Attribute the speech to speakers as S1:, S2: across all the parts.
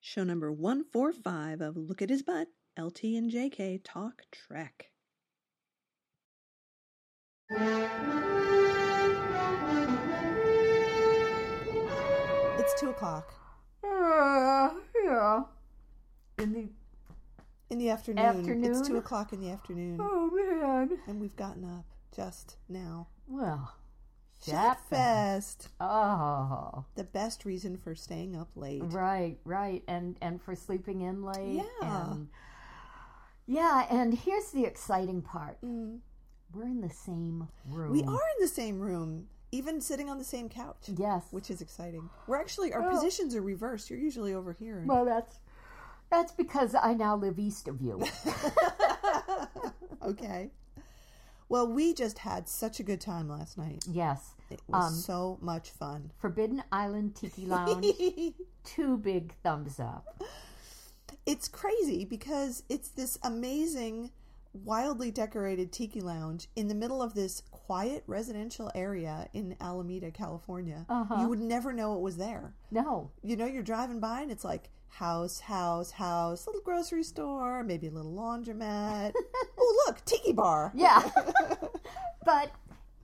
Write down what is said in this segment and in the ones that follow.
S1: Show number 145 of Look at His Butt, LT and JK Talk Trek.
S2: It's two o'clock
S3: Uh, yeah.
S2: in the in the afternoon. It's
S3: Afternoon?
S2: two o'clock in the afternoon,
S3: Oh man.
S2: and we've gotten up just now.
S3: Well,
S2: Chat
S3: Chat
S2: fest.
S3: oh,
S2: The best reason for staying up late.
S3: right, right, and and for sleeping in late.
S2: Yeah.
S3: and, yeah. And here's the exciting part: we're in the same room.
S2: We are in the same room, even sitting on the same couch.
S3: Yes.
S2: Which is exciting. We're actually our positions are reversed. You're usually over here.
S3: well, that's that's because I now live east of you.
S2: Okay. Well, we just had such a good time last night.
S3: yes.
S2: It was so much fun.
S3: Forbidden Island Tiki Lounge. Two big thumbs up.
S2: it's crazy because it's this amazing, wildly decorated tiki lounge in the middle of this quiet residential area in Alameda, California. You would never know it was there.
S3: No.
S2: You know, you're driving by and it's like house, house, house, little grocery store, maybe a little laundromat. oh, look, tiki bar.
S3: Yeah. but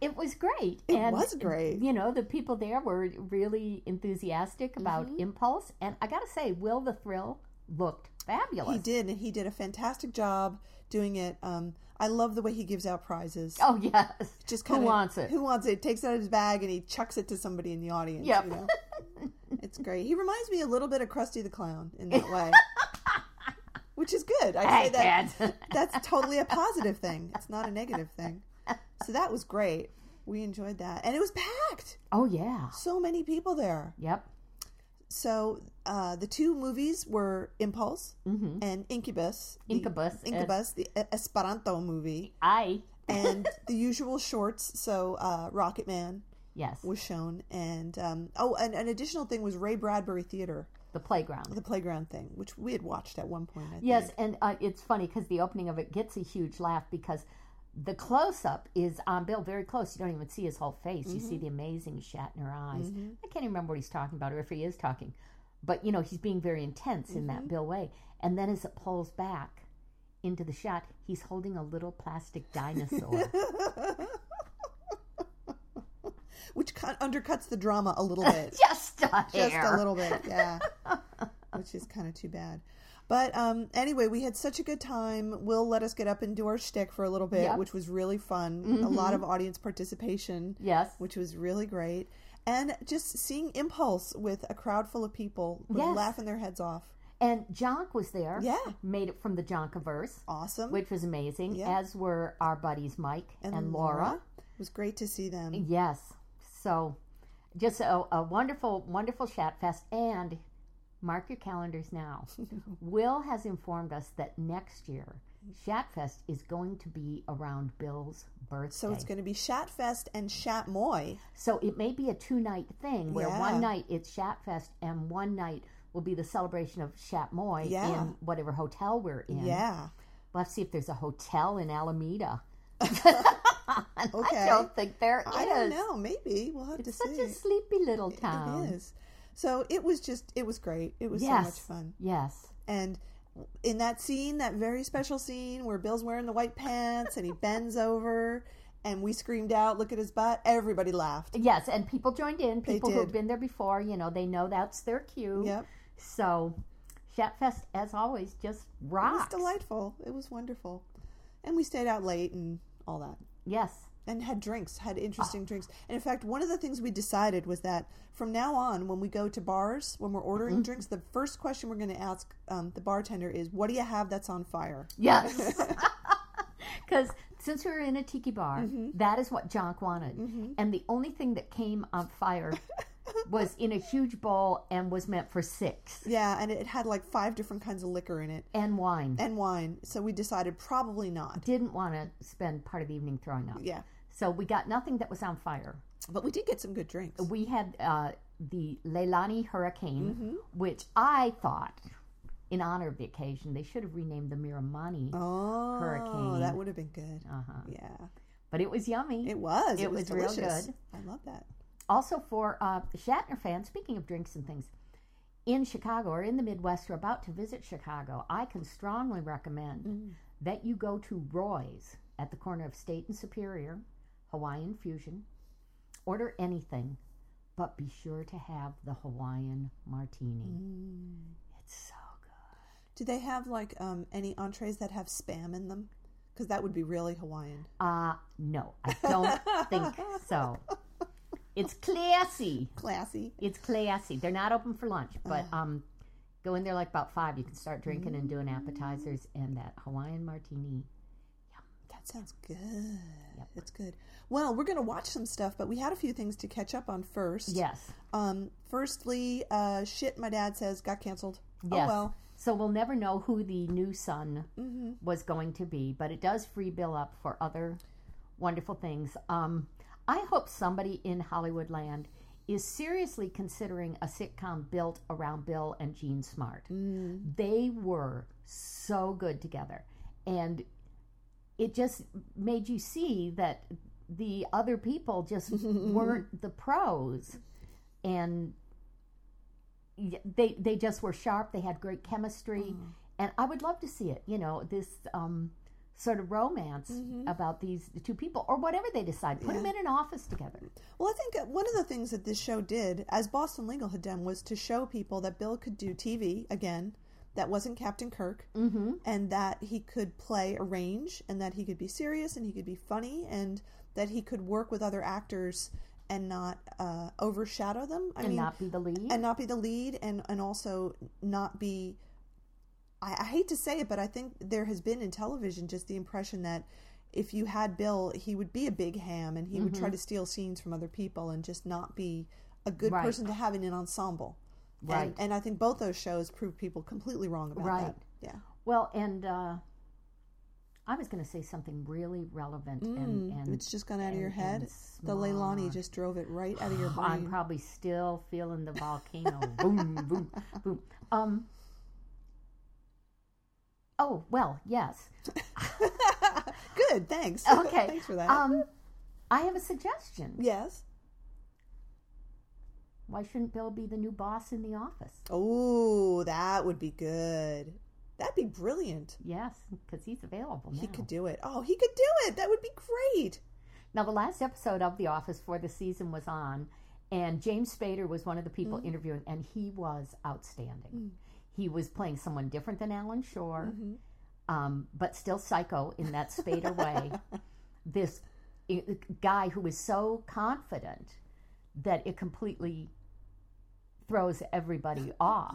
S3: it was great. It
S2: was great.
S3: You know, the people there were really enthusiastic about
S2: Mm-hmm.
S3: Impulse. And I got to say, Will the Thrill looked fabulous.
S2: He did, and he did a fantastic job doing it. Um, I love the way he gives out prizes.
S3: Oh, yes.
S2: just
S3: Who
S2: kind of
S3: wants it?
S2: Who wants it? Takes it out of his bag and he chucks it to somebody in the audience.
S3: Yep.
S2: you know? it's great. He reminds me a little bit of Krusty the Clown in that way, which is good. I
S3: Hey,
S2: say that
S3: kids.
S2: that's totally a positive thing. It's not a negative thing. So that was great. We enjoyed that, and it was packed.
S3: oh, yeah.
S2: So many people there.
S3: Yep.
S2: So uh, the two movies were Impulse and Incubus. the-
S3: Mm-hmm. Incubus.
S2: Incubus, the E- Esperanto movie,
S3: I.
S2: and the usual shorts. So uh, Rocket Man
S3: Yes.
S2: was shown, and um, oh, and an additional thing was Ray Bradbury Theater,
S3: The playground.
S2: the playground thing, which we had watched at one point. I
S3: Yes,
S2: think.
S3: and uh, it's funny because the opening of it gets a huge laugh because the close up is on Bill very close. You don't even see his whole face. You
S2: Mm-hmm.
S3: see the amazing Shatner eyes. I can't even remember what he's talking about or if he is talking, but you know he's being very intense in
S2: Mm-hmm.
S3: that Bill way. And then as it pulls back into the shot, he's holding a little plastic dinosaur.
S2: Mm-hmm. which cut, undercuts the drama a little bit,
S3: just a
S2: just
S3: hair.
S2: a little bit, yeah, which is kind of too bad. But um, anyway, we had such a good time. Will let us get up and do our shtick for a little bit,
S3: Yep. Mm-hmm.
S2: which was really fun. A lot of audience participation.
S3: Yes.
S2: which was really great. And just seeing Impulse with a crowd full of people was
S3: Yes.
S2: laughing their heads off.
S3: And Jonk was there.
S2: Yeah.
S3: Made it from the Jonkiverse,
S2: Awesome.
S3: which was amazing,
S2: Yeah.
S3: as were our buddies Mike and, Laura.
S2: It was great to see them.
S3: Yes. So, just a, a wonderful, wonderful chat fest. And mark your calendars now. Will has informed us that next year, Chat Fest is going to be around Bill's birthday.
S2: So it's going to be Shatfest and Shatmoy.
S3: So it may be a two night thing where
S2: Yeah.
S3: one night it's Chat Fest and one night will be the celebration of Chat Moy
S2: Yeah.
S3: in whatever hotel we're in.
S2: Yeah.
S3: We'll have to see if there's a hotel in Alameda.
S2: Okay.
S3: I don't think there is.
S2: I don't know. Maybe we'll have to
S3: Such
S2: see.
S3: a sleepy little town.
S2: it is. So it was just, it was great. It was so much fun.
S3: Um, Yes.
S2: And in that scene, that very special scene where Bill's wearing the white pants and he bends over and we screamed out, look at his butt, everybody laughed.
S3: Yes, and people joined in. People
S2: did.
S3: who've been there before, you know, they know that's their cue.
S2: Yep.
S3: So, Shatfest, as always, just
S2: It was
S3: rocks.
S2: delightful. It was wonderful. And we stayed out late and all that.
S3: Yes.
S2: And had drinks, had
S3: Ah.
S2: interesting drinks. And in fact, one of the things we decided was that from now on, when we go to bars, when we're ordering
S3: Mm-hmm.
S2: drinks, the first question we're going to ask um, the bartender is, What do you have that's on fire?
S3: Yes. Because since we were in a tiki bar,
S2: Mm-hmm.
S3: that is what Jonk wanted. And the only thing that came on fire was in a huge bowl and was meant for six
S2: Yeah, and it had like five different kinds of liquor in it
S3: and wine.
S2: and wine. So we decided probably not.
S3: Didn't want to spend part of the evening throwing up.
S2: Yeah.
S3: So, we got nothing that was on fire.
S2: But we did get some good drinks.
S3: we had uh, the Leilani hurricane, which I thought, in honor of the occasion, they should have renamed the Miramani.
S2: Oh,
S3: Hurricane.
S2: that would have been good.
S3: Uh-huh.
S2: Yeah.
S3: But it was yummy.
S2: It was. It,
S3: It
S2: was,
S3: was real
S2: delicious.
S3: good.
S2: I love that.
S3: also, for uh, Shatner fans, speaking of drinks and things, in Chicago or in the Midwest or about to visit Chicago, I can strongly recommend that you go to Roy's at the corner of State and Superior, Hawaiian Fusion. Order anything, but be sure to have the Hawaiian martini. It's so good.
S2: Do they have like um, any entrees that have spam in them? Because that would be really Hawaiian.
S3: Uh, no, I don't think so. It's classy.
S2: Classy.
S3: It's classy. They're not open for lunch, but um, go in there like about five. You can start drinking and doing appetizers and that Hawaiian martini.
S2: That sounds good. That's good. Well, we're going to watch some stuff, but we had a few things to catch up on first.
S3: Yes,
S2: Um, firstly, uh, shit, my dad says got canceled.
S3: yes.
S2: Oh well.
S3: So we'll never know who the new son was going to be, but it does free Bill up for other wonderful things. Um, I hope somebody in Hollywood land is seriously considering a sitcom built around Bill and Gene Smart. They were so good together. And it just made you see that the other people just weren't the pros. And y- they they just were sharp. They had great chemistry,
S2: Mm.
S3: and I would love to see it. You know, this um, sort of romance
S2: Mm-hmm.
S3: about these two people, or whatever they decide. Put them in an office together.
S2: Well, I think that one of the things that this show did, as Boston Legal had done, was to show people that Bill could do TV again. That wasn't Captain Kirk, mm-hmm. and that he could play a range, and that he could be serious, and he could be funny, and that he could work with other actors and not uh, overshadow them. I
S3: and
S2: mean,
S3: not be the lead.
S2: and not be the lead and and also not be I, I hate to say it but i think there has been in television just the impression that if you had bill he would be a big ham and he would
S3: Mm-hmm.
S2: try to steal scenes from other people and just not be a good
S3: Right.
S2: person to have in an ensemble And-
S3: Right.
S2: and, i think both those shows proved people completely wrong about
S3: Right.
S2: that yeah
S3: well, and uh, I was going to say something really relevant, and, and
S2: Mm, it's just gone out of your
S3: and-
S2: head
S3: and
S2: the leilani just drove it right out of your brain
S3: I'm probably still feeling the volcano. boom, boom, boom. Um. Oh well, yes.
S2: good thanks
S3: Okay.
S2: thanks for that
S3: Um, I have a suggestion.
S2: yes
S3: Why shouldn't Bill be the new boss in the office?
S2: Oh, that would be good. That'd be brilliant.
S3: Yes, because he's available now.
S2: He could do it. Oh, he could do it. That would be great.
S3: Now, the last episode of The Office for the season was on, and James Spader was one of the people interviewing, and he was outstanding. He was playing someone different than Alan Shore, um, but still psycho in that Spader way. This i- guy who is so confident that it completely throws everybody off.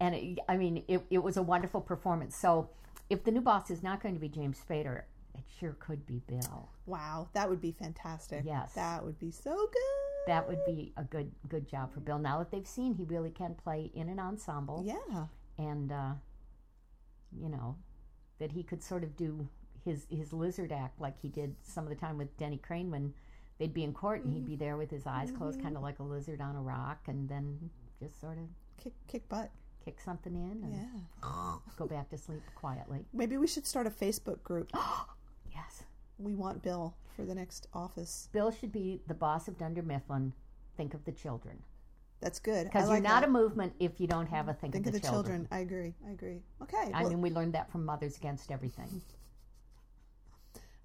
S3: And it, I mean, it, it was a wonderful performance. So, if the new boss is not going to be James Spader, it sure could be Bill.
S2: Wow, that would be fantastic.
S3: Yes.
S2: That would be so good.
S3: That would be a good good job for Bill. Now that they've seen he really can play in an ensemble,
S2: Yeah.
S3: and uh, you know that he could sort of do his his lizard act like he did some of the time with Denny Crane when they'd be in court and he'd be there with his eyes closed,
S2: Mm-hmm.
S3: kind of like a lizard on a rock, and then just sort of
S2: Kick kick butt.
S3: kick something in and
S2: Yeah.
S3: go back to sleep quietly.
S2: Maybe we should start a Facebook group.
S3: Yes,
S2: we want Bill for the next office.
S3: Bill should be the boss of Dunder Mifflin. Think of the children,
S2: That's good.
S3: because
S2: I
S3: you're
S2: like
S3: not
S2: that.
S3: a movement if you don't have a think,
S2: think of the
S3: children.
S2: children. I agree. I agree. Okay.
S3: I
S2: well-
S3: mean, we learned that from Mothers Against Everything.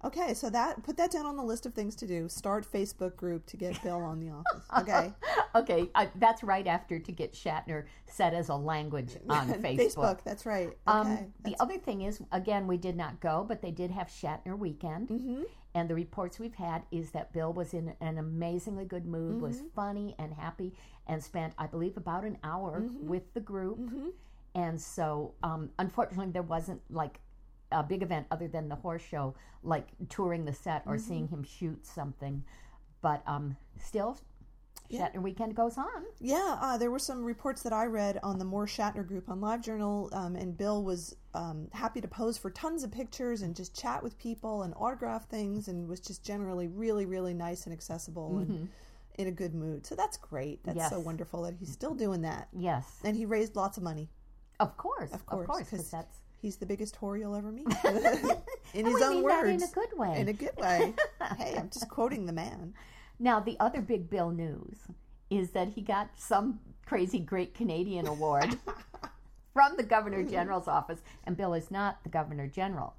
S2: okay, so that put that down on the list of things to do. Start Facebook group to get Bill on the office. Okay.
S3: Okay, I, that's right after to get Shatner set as a language on Facebook.
S2: Facebook, that's right. Okay.
S3: Um, the other thing is, again, we did not go, but they did have Shatner weekend,
S2: Mm-hmm.
S3: and the reports we've had is that Bill was in an amazingly good mood,
S2: Mm-hmm.
S3: was funny and happy, and spent, I believe, about an hour
S2: Mm-hmm.
S3: with the group. And so, um, unfortunately, there wasn't like a big event other than the horse show, like touring the set or seeing
S2: Mm-hmm.
S3: him shoot something. But um, still, Shatner weekend goes on.
S2: Yeah, uh, there were some reports that I read on the Moore Shatner group on LiveJournal, um, and Bill was um, happy to pose for tons of pictures and just chat with people and autograph things, and was just generally really, really nice and accessible and in a good mood. So that's great. That's so
S3: Mm-hmm. Yes.
S2: wonderful that he's still doing that,
S3: Yes,
S2: and he raised lots of money.
S3: of course, of
S2: course,
S3: course, 'cause
S2: 'cause
S3: that's
S2: He's the biggest whore you'll ever meet, in his
S3: I
S2: own
S3: mean
S2: words,
S3: that in a good way.
S2: in a good way. hey, I'm just quoting the man.
S3: Now, the other big Bill news is that he got some Crazy Great Canadian Award from the Governor General's office. And Bill is not the Governor General,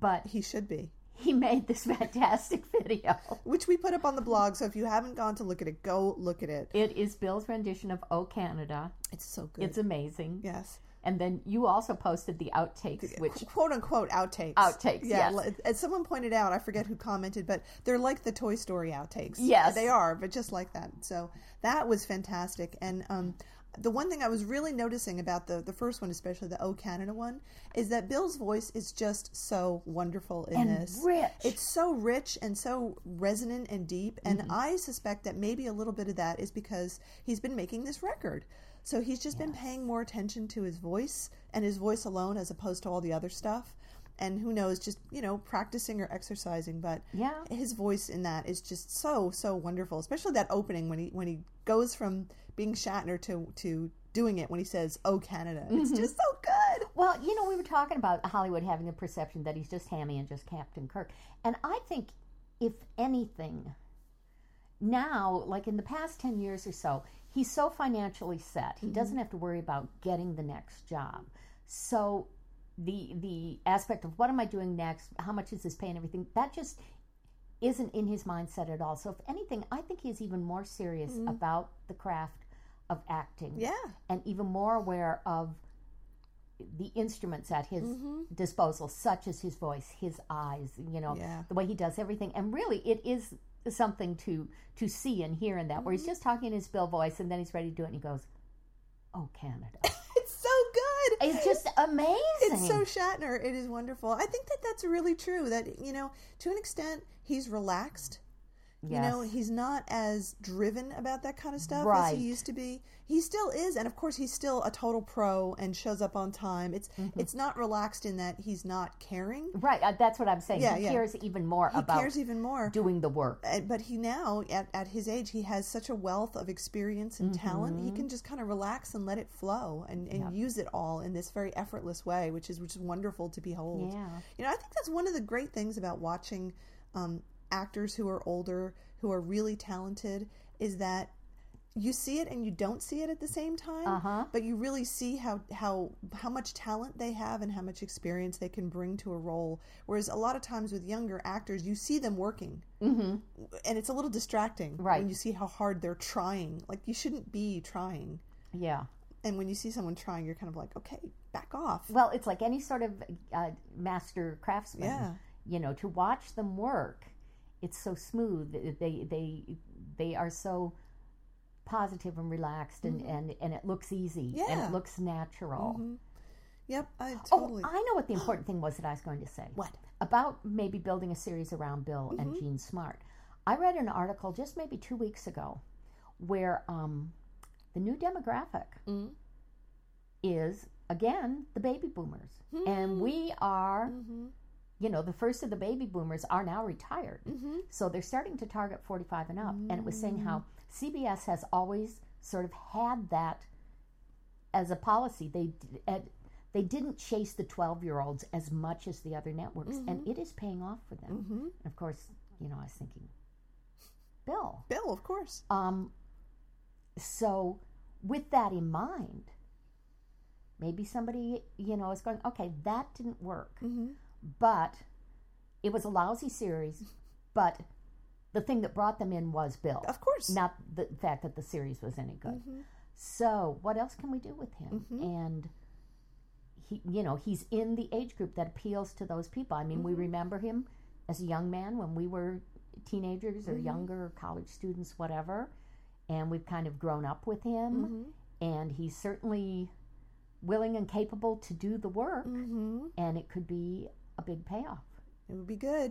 S3: but
S2: He should be.
S3: he made this fantastic video.
S2: Which we put up on the blog, so if you haven't gone to look at it, go look at it.
S3: It is Bill's rendition of O Canada.
S2: It's so good.
S3: It's amazing.
S2: yes.
S3: And then you also posted the outtakes, which
S2: Qu- quote unquote outtakes.
S3: Outtakes,
S2: Yeah.
S3: yes.
S2: li- As someone pointed out, I forget who commented, but they're like the Toy Story outtakes.
S3: Yes.
S2: They are, but just like that. So that was fantastic. And um, the one thing I was really noticing about the, the first one, especially the O Canada one, is that Bill's voice is just so wonderful in
S3: And
S2: this.
S3: rich.
S2: It's so rich and so resonant and deep. And I suspect that maybe a little bit of that is because he's been making this record. So he's just been paying more attention to his voice and his voice alone as opposed to all the other stuff. And who knows, just, you know, practicing or exercising. But
S3: Yeah.
S2: his voice in that is just so, so wonderful, especially that opening when he when he goes from being Shatner to to doing it when he says, Oh Canada. It's just so good.
S3: Well, you know, we were talking about Hollywood having the perception that he's just Hammy and just Captain Kirk. And I think, if anything, now, like in the past 10 years or so, he's so financially set. He doesn't have to worry about getting the next job. So the the aspect of what am I doing next, how much is this pay and everything, that just isn't in his mindset at all. So if anything, I think he's even more serious about the craft of acting
S2: Yeah.
S3: and even more aware of the instruments at his
S2: Mm-hmm.
S3: disposal, such as his voice, his eyes, you know,
S2: Yeah.
S3: the way he does everything. And really, it is something to to see and hear in that,
S2: Mm-hmm.
S3: where he's just talking in his Bill voice, and then he's ready to do it, and he goes, "Oh, Canada!"
S2: It's so good.
S3: It's just amazing.
S2: It's so Shatner. It is wonderful. I think that that's really true. That you know, to an extent, he's relaxed. You know, he's not as driven about that kind of stuff
S3: Right.
S2: as he used to be. He still is, and of course, he's still a total pro and shows up on time. It's
S3: Mm-hmm.
S2: it's not relaxed in that he's not caring.
S3: right. Uh, that's what I'm saying.
S2: Yeah,
S3: he
S2: yeah.
S3: cares even more
S2: He
S3: about
S2: cares even more.
S3: doing the work.
S2: Uh, but he now at, at his age he has such a wealth of experience and talent
S3: Mm-hmm.
S2: he can just kind of relax and let it flow and, and use it all in this very effortless way which is which is wonderful to behold
S3: Yeah.
S2: you know i think that's one of the great things about watching um, actors who are older who are really talented is that you see it and you don't see it at the same time
S3: Uh-huh.
S2: but you really see how how how much talent they have and how much experience they can bring to a role whereas a lot of times with younger actors you see them working and it's a little distracting
S3: Mm-hmm. Right.
S2: when you see how hard they're trying like you shouldn't be trying
S3: Yeah.
S2: and when you see someone trying you're kind of like okay back off
S3: Well, it's like any sort of uh, master craftsman.
S2: Yeah.
S3: You know, to watch them work, it's so smooth. They they they are so positive and relaxed, and and, and it looks easy and
S2: Mm-hmm. Yeah.
S3: it looks natural.
S2: yep i
S3: Oh,
S2: totally
S3: I know what the important thing was that I was going to say.
S2: What? Mm-hmm.
S3: about maybe building a series around Bill and Gene Smart? I read an article just maybe two weeks ago where um, the new demographic
S2: Mm.
S3: is again the baby boomers,
S2: Hmm.
S3: and we are
S2: mm-hmm.
S3: you know, the first of the baby boomers are now retired.
S2: Mm-hmm.
S3: So they're starting to target 45 and up. And it was saying how CBS has always sort of had that as a policy. They d- at, they didn't chase the 12 year olds as much as the other networks, and it is paying off for them.
S2: Mm-hmm.
S3: And of course, you know, I was thinking, Bill.
S2: bill of course
S3: Um, so, with that in mind, maybe somebody, you know, is going, okay, that didn't work
S2: mm-hmm.
S3: but it was a lousy series. But the thing that brought them in was Bill,
S2: of course Mm-hmm.
S3: not the fact that the series was any good. So, what else can we do with him? And he, you know, he's in the age group that appeals to those people. I mean, we
S2: Mm-hmm.
S3: remember him as a young man when we were teenagers
S2: Mm-hmm.
S3: or younger, or college students, whatever. And we've kind of grown up with
S2: Mm-hmm.
S3: him, and he's certainly willing and capable to do the work
S2: mm-hmm.
S3: and it could be a big payoff.
S2: it would be good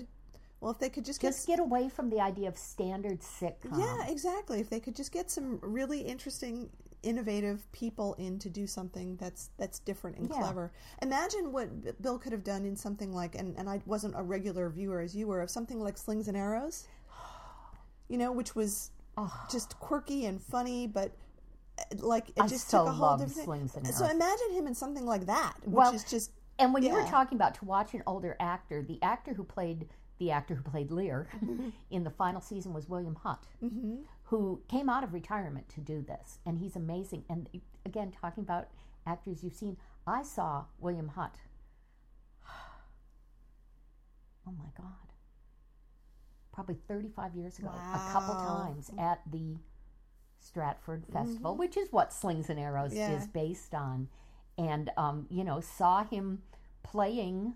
S2: well if they could just get
S3: Just get away from the idea of standard sitcom.
S2: Yeah, exactly. If they could just get some really interesting, innovative people in to do something that's that's different and
S3: Yeah.
S2: clever. Imagine what B- Bill could have done in something like, and, and I wasn't a regular viewer as you were, of something like Slings and Arrows, you know, which was just quirky and funny, but uh, like it
S3: I
S2: just
S3: so
S2: took a whole
S3: love
S2: different.
S3: Slings and
S2: So
S3: Arrows.
S2: imagine him in something like that, which
S3: Well,
S2: is just
S3: And when you were
S2: Yeah.
S3: talking about to watch an older actor, the
S2: Mm-hmm.
S3: actor who played the actor who played Lear in the final season was William Hutt, who came out of retirement to do this, and he's amazing. And again, talking about actors you've seen, I saw William Hutt. Oh my God. Probably 35 years ago, a couple
S2: Wow.
S3: times at the Stratford Festival, which is what Slings and Arrows
S2: Mm-hmm. Yeah.
S3: is based on. And, um, you know, saw him playing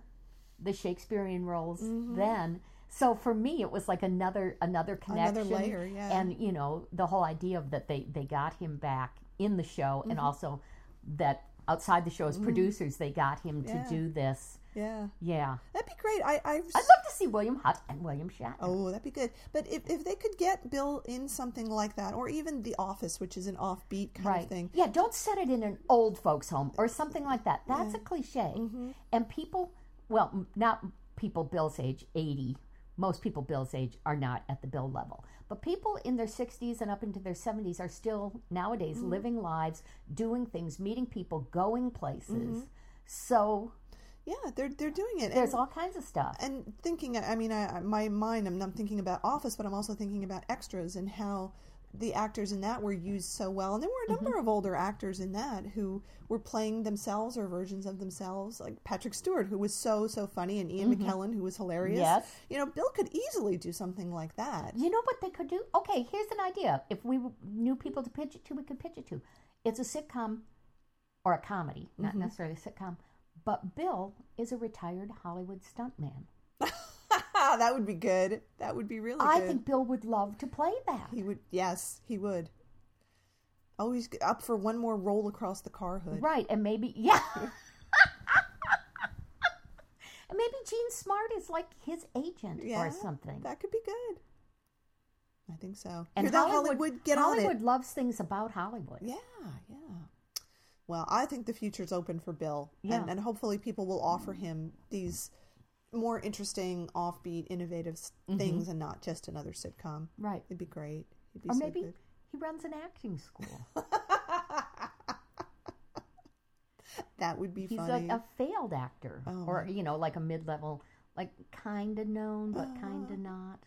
S3: the Shakespearean roles
S2: Mm-hmm.
S3: then. So for me, it was like another another connection,
S2: Another layer, yeah.
S3: and you know the whole idea of that they they got him back in the show, and
S2: Mm-hmm.
S3: also that outside the show as producers they got him to
S2: Yeah.
S3: do this.
S2: yeah.
S3: Yeah,
S2: That'd be great. I, I,
S3: I'd love to see William Hutt and William Shatner.
S2: oh, that'd be good. But if, if they could get Bill in something like that, or even The Office, which is an offbeat kind
S3: right.
S2: of thing,
S3: Yeah, don't set it in an old folks' home or something like that. That's a cliche.
S2: Mm-hmm.
S3: And people, well, m- not people Bill's age, 80. Most people Bill's age are not at the Bill level. But people in their 60s and up into their 70s are still nowadays
S2: Mm-hmm.
S3: living lives, doing things, meeting people, going places.
S2: Mm-hmm.
S3: So
S2: yeah, they're they're doing it.
S3: there's
S2: and,
S3: all kinds of stuff.
S2: and thinking i mean I, I- my mind I'm, I'm thinking about office but i'm also thinking about extras and how the actors in that were used so well and there were a number
S3: Mm-hmm.
S2: of older actors in that who were playing themselves or versions of themselves like patrick stewart who was so so funny and ian mckellen who was hilarious
S3: Mm-hmm. Yes.
S2: you know bill could easily do something like that
S3: You know what they could do? Okay, here's an idea. If we knew people to pitch it to, we could pitch it to. It's a sitcom or a comedy, not
S2: Mm-hmm.
S3: necessarily a sitcom. But Bill is a retired Hollywood stuntman.
S2: Ah, that would be good that would be really
S3: I
S2: good
S3: think Bill would love to play that.
S2: he would yes he would always up for one more roll across the car hood
S3: Right, and maybe, yeah. and maybe Gene Smart is like his agent
S2: Yeah,
S3: or something.
S2: That could be good. I think so.
S3: and
S2: Hear that, Hollywood, get
S3: Hollywood
S2: on it.
S3: loves things about Hollywood.
S2: Yeah, yeah. Well, I think the future's open for Bill,
S3: Yeah.
S2: and, and hopefully people will offer him these more interesting, offbeat, innovative s
S3: Mm-hmm.
S2: things, and not just another sitcom.
S3: Right.
S2: It'd be great. It'd be
S3: Or
S2: so
S3: maybe
S2: good.
S3: he runs an acting school.
S2: that would be
S3: he's
S2: funny. Oh
S3: a, a failed actor or you know like a mid-level like kind of known but
S2: Oh.
S3: kind of not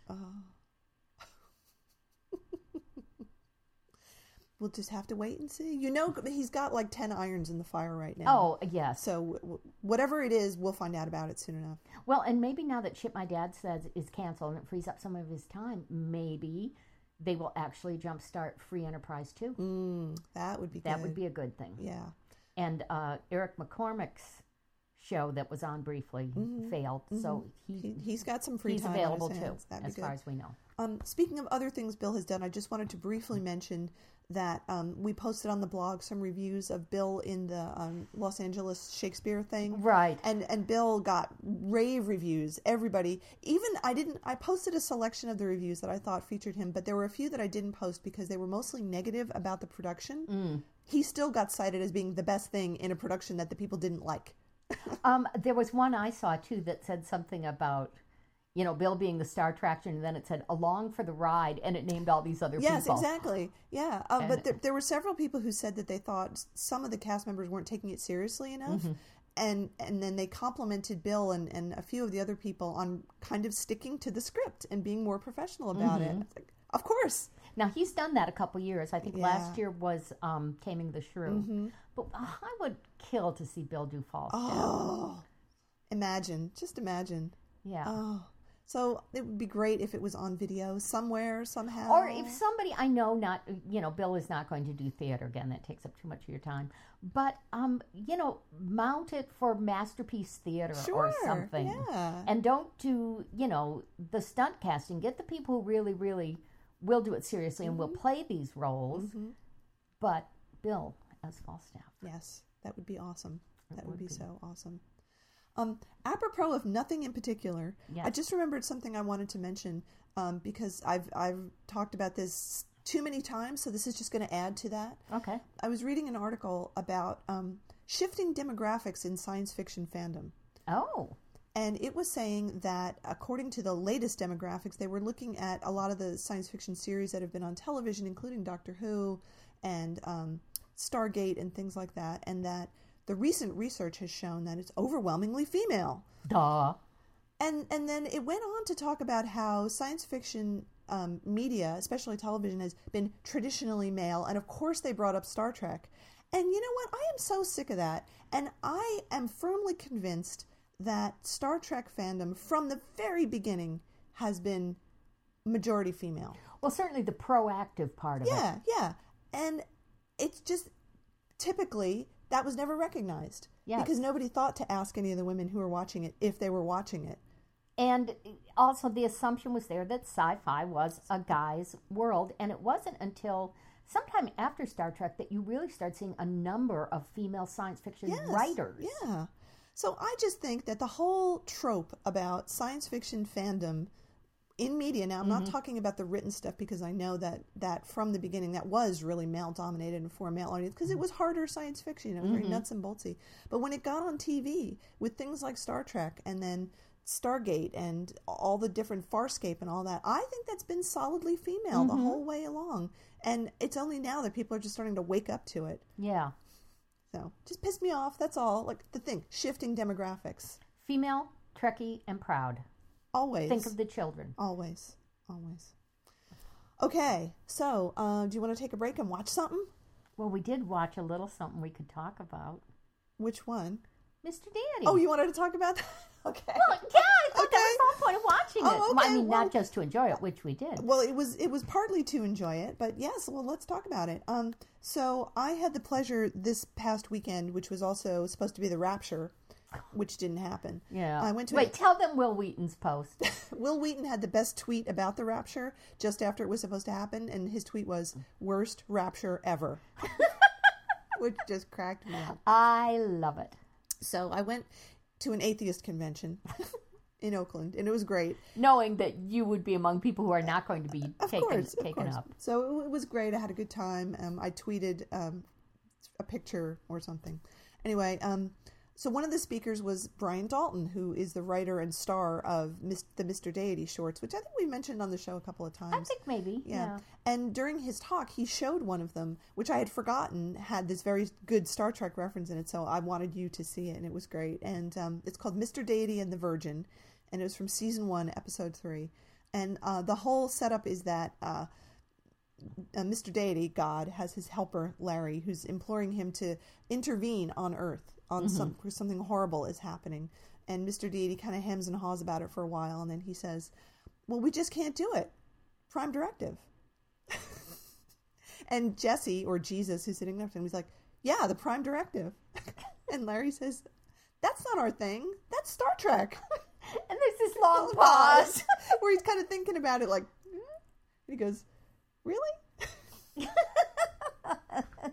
S2: we'll just have to wait and see. You know, he's got like ten irons in the fire right now.
S3: oh yes
S2: so w- w- whatever it is, we'll find out about it soon enough.
S3: well and maybe now that shit my dad says is canceled and it frees up some of his time maybe they will actually jumpstart free enterprise too
S2: Mm, that would be
S3: that
S2: good.
S3: would be a good thing
S2: yeah.
S3: and uh, eric mccormick's show that was on briefly failed so
S2: Mm-hmm. He,
S3: he,
S2: he's got some free
S3: he's
S2: time
S3: available
S2: on his
S3: too
S2: hands. That'd
S3: as
S2: be
S3: far
S2: good.
S3: as we know
S2: Um, speaking of other things Bill has done, I just wanted to briefly mention that um, we posted on the blog some reviews of Bill in the um, Los Angeles Shakespeare thing.
S3: Right.
S2: And and Bill got rave reviews. Everybody, even I didn't. I posted a selection of the reviews that I thought featured him, but there were a few that I didn't post because they were mostly negative about the production.
S3: Mm.
S2: He still got cited as being the best thing in a production that the people didn't like.
S3: Um, there was one I saw too that said something about, you know, Bill being the star attraction, and then it said "Along for the Ride," and it named all these other
S2: Yes,
S3: people.
S2: exactly. Yeah, uh,
S3: And-
S2: but there, there were several people who said that they thought s- some of the cast members weren't taking it seriously enough,
S3: Mm-hmm.
S2: and and then they complimented Bill and, and a few of the other people on kind of sticking to the script and being more professional about
S3: Mm-hmm.
S2: it. It's like, of course,
S3: Now he's done that a couple years. I think
S2: Yeah. Mm-hmm.
S3: last year was um, "Taming the Shrew," but uh, I would kill to see Bill do Falls.
S2: Oh, imagine, just imagine. Oh,
S3: yeah.
S2: uh, So it would be great if it was on video somewhere somehow.
S3: or if somebody I know not, you know, Bill is not going to do theater again. That takes up too much of your time. But um, you know, mount it for masterpiece theater or
S2: Sure,
S3: something,
S2: yeah.
S3: and don't do you know the stunt casting. Get the people who really, really will do it seriously and
S2: Mm-hmm.
S3: will play these roles. But Bill as Falstaff,
S2: Yes, that would be awesome. That would, be, so awesome. Um, apropos of nothing in particular, I
S3: Yes.
S2: just remembered something I wanted to mention um, because I've I've talked about this too many times, so this is just going to add to that.
S3: okay,
S2: I was reading an article about um, shifting demographics in science fiction fandom.
S3: oh,
S2: And it was saying that according to the latest demographics, they were looking at a lot of the science fiction series that have been on television, including Doctor Who and um, Stargate and things like that. And that the recent research has shown that it's overwhelmingly female.
S3: duh,
S2: And and then it went on to talk about how science fiction um, media, especially television, has been traditionally male. And of course, they brought up Star Trek. And you know what? I am so sick of that. And I am firmly convinced that Star Trek fandom from the very beginning has been majority female.
S3: Well, certainly the proactive part of it.
S2: Yeah, yeah. And it's just typically that was never recognized.
S3: Yes.
S2: Because nobody thought to ask any of the women who were watching it if they were watching it.
S3: And also, the assumption was there that sci fi was a guy's world. And it wasn't until sometime after Star Trek that you really start seeing a number of female science fiction
S2: Yes,
S3: writers.
S2: Yeah. So I just think that the whole trope about science fiction fandom in media now, I'm not talking about the written stuff because I know that that from the beginning that was really male dominated and for a male audience because it was harder science fiction, it was very nuts and boltsy. But when it got on TV with things like Star Trek and then Stargate and all the different Farscape and all that, I think that's been solidly female the whole way along. And it's only now that people are just starting to wake up to it.
S3: Yeah.
S2: So just pissed me off. That's all. Like the thing, shifting demographics.
S3: Female, Trekkie, and proud.
S2: Always.
S3: Think of the children.
S2: always. Always. Okay. So, uh, do you want to take a break and watch something?
S3: Well, we did watch a little something we could talk about.
S2: Which one?
S3: Mr. Daddy.
S2: Oh, you wanted to talk about that? okay.
S3: Well, yeah, I thought that
S2: Okay.
S3: was the whole point of watching it.
S2: Oh,
S3: Well, I
S2: okay,
S3: mean,
S2: well-
S3: not just to enjoy it, which we did.
S2: Well, it was it was partly to enjoy it, but yes, well, let's talk about it. Um, so I had the pleasure this past weekend, which was also supposed to be the Rapture, which didn't happen.
S3: Yeah.
S2: I went to
S3: Wait,
S2: an-
S3: tell them Will Wheaton's post.
S2: Will Wheaton had the best tweet about the rapture just after it was supposed to happen, and his tweet was "worst rapture ever," which just cracked me up.
S3: I love it.
S2: So I went to an atheist convention in Oakland, and it was great.
S3: Knowing that you would be among people who are not going to be
S2: Of
S3: taken
S2: course, of
S3: taken
S2: course.
S3: up.
S2: So it, it was great. I had a good time. Um, I tweeted um, a picture or something. Anyway, um, so one of the speakers was Brian Dalton, who is the writer and star of Mis- the Mr. Deity shorts, which I think we mentioned on the show a couple of times.
S3: I think maybe. Yeah.
S2: Yeah. And during his talk, he showed one of them, which I had forgotten had this very good Star Trek reference in it. So I wanted you to see it, and it was great. And um, it's called Mr. Deity and the Virgin, and it was from season one, episode three. And uh, the whole setup is that uh, uh, Mr. Deity, God, has his helper Larry, who's imploring him to intervene on Earth on some because something horrible is happening. And Mr. Deity kind of hems and haws about it for a while, and then he says, "Well, we just can't do it. Prime directive." and Jesse or Jesus, who's sitting next to him, he's like, "Yeah, the prime directive." and Larry says, "That's not our thing. That's Star Trek."
S3: And there's this long pause.
S2: pause where he's kind of thinking about it like "Hmm?" and he goes really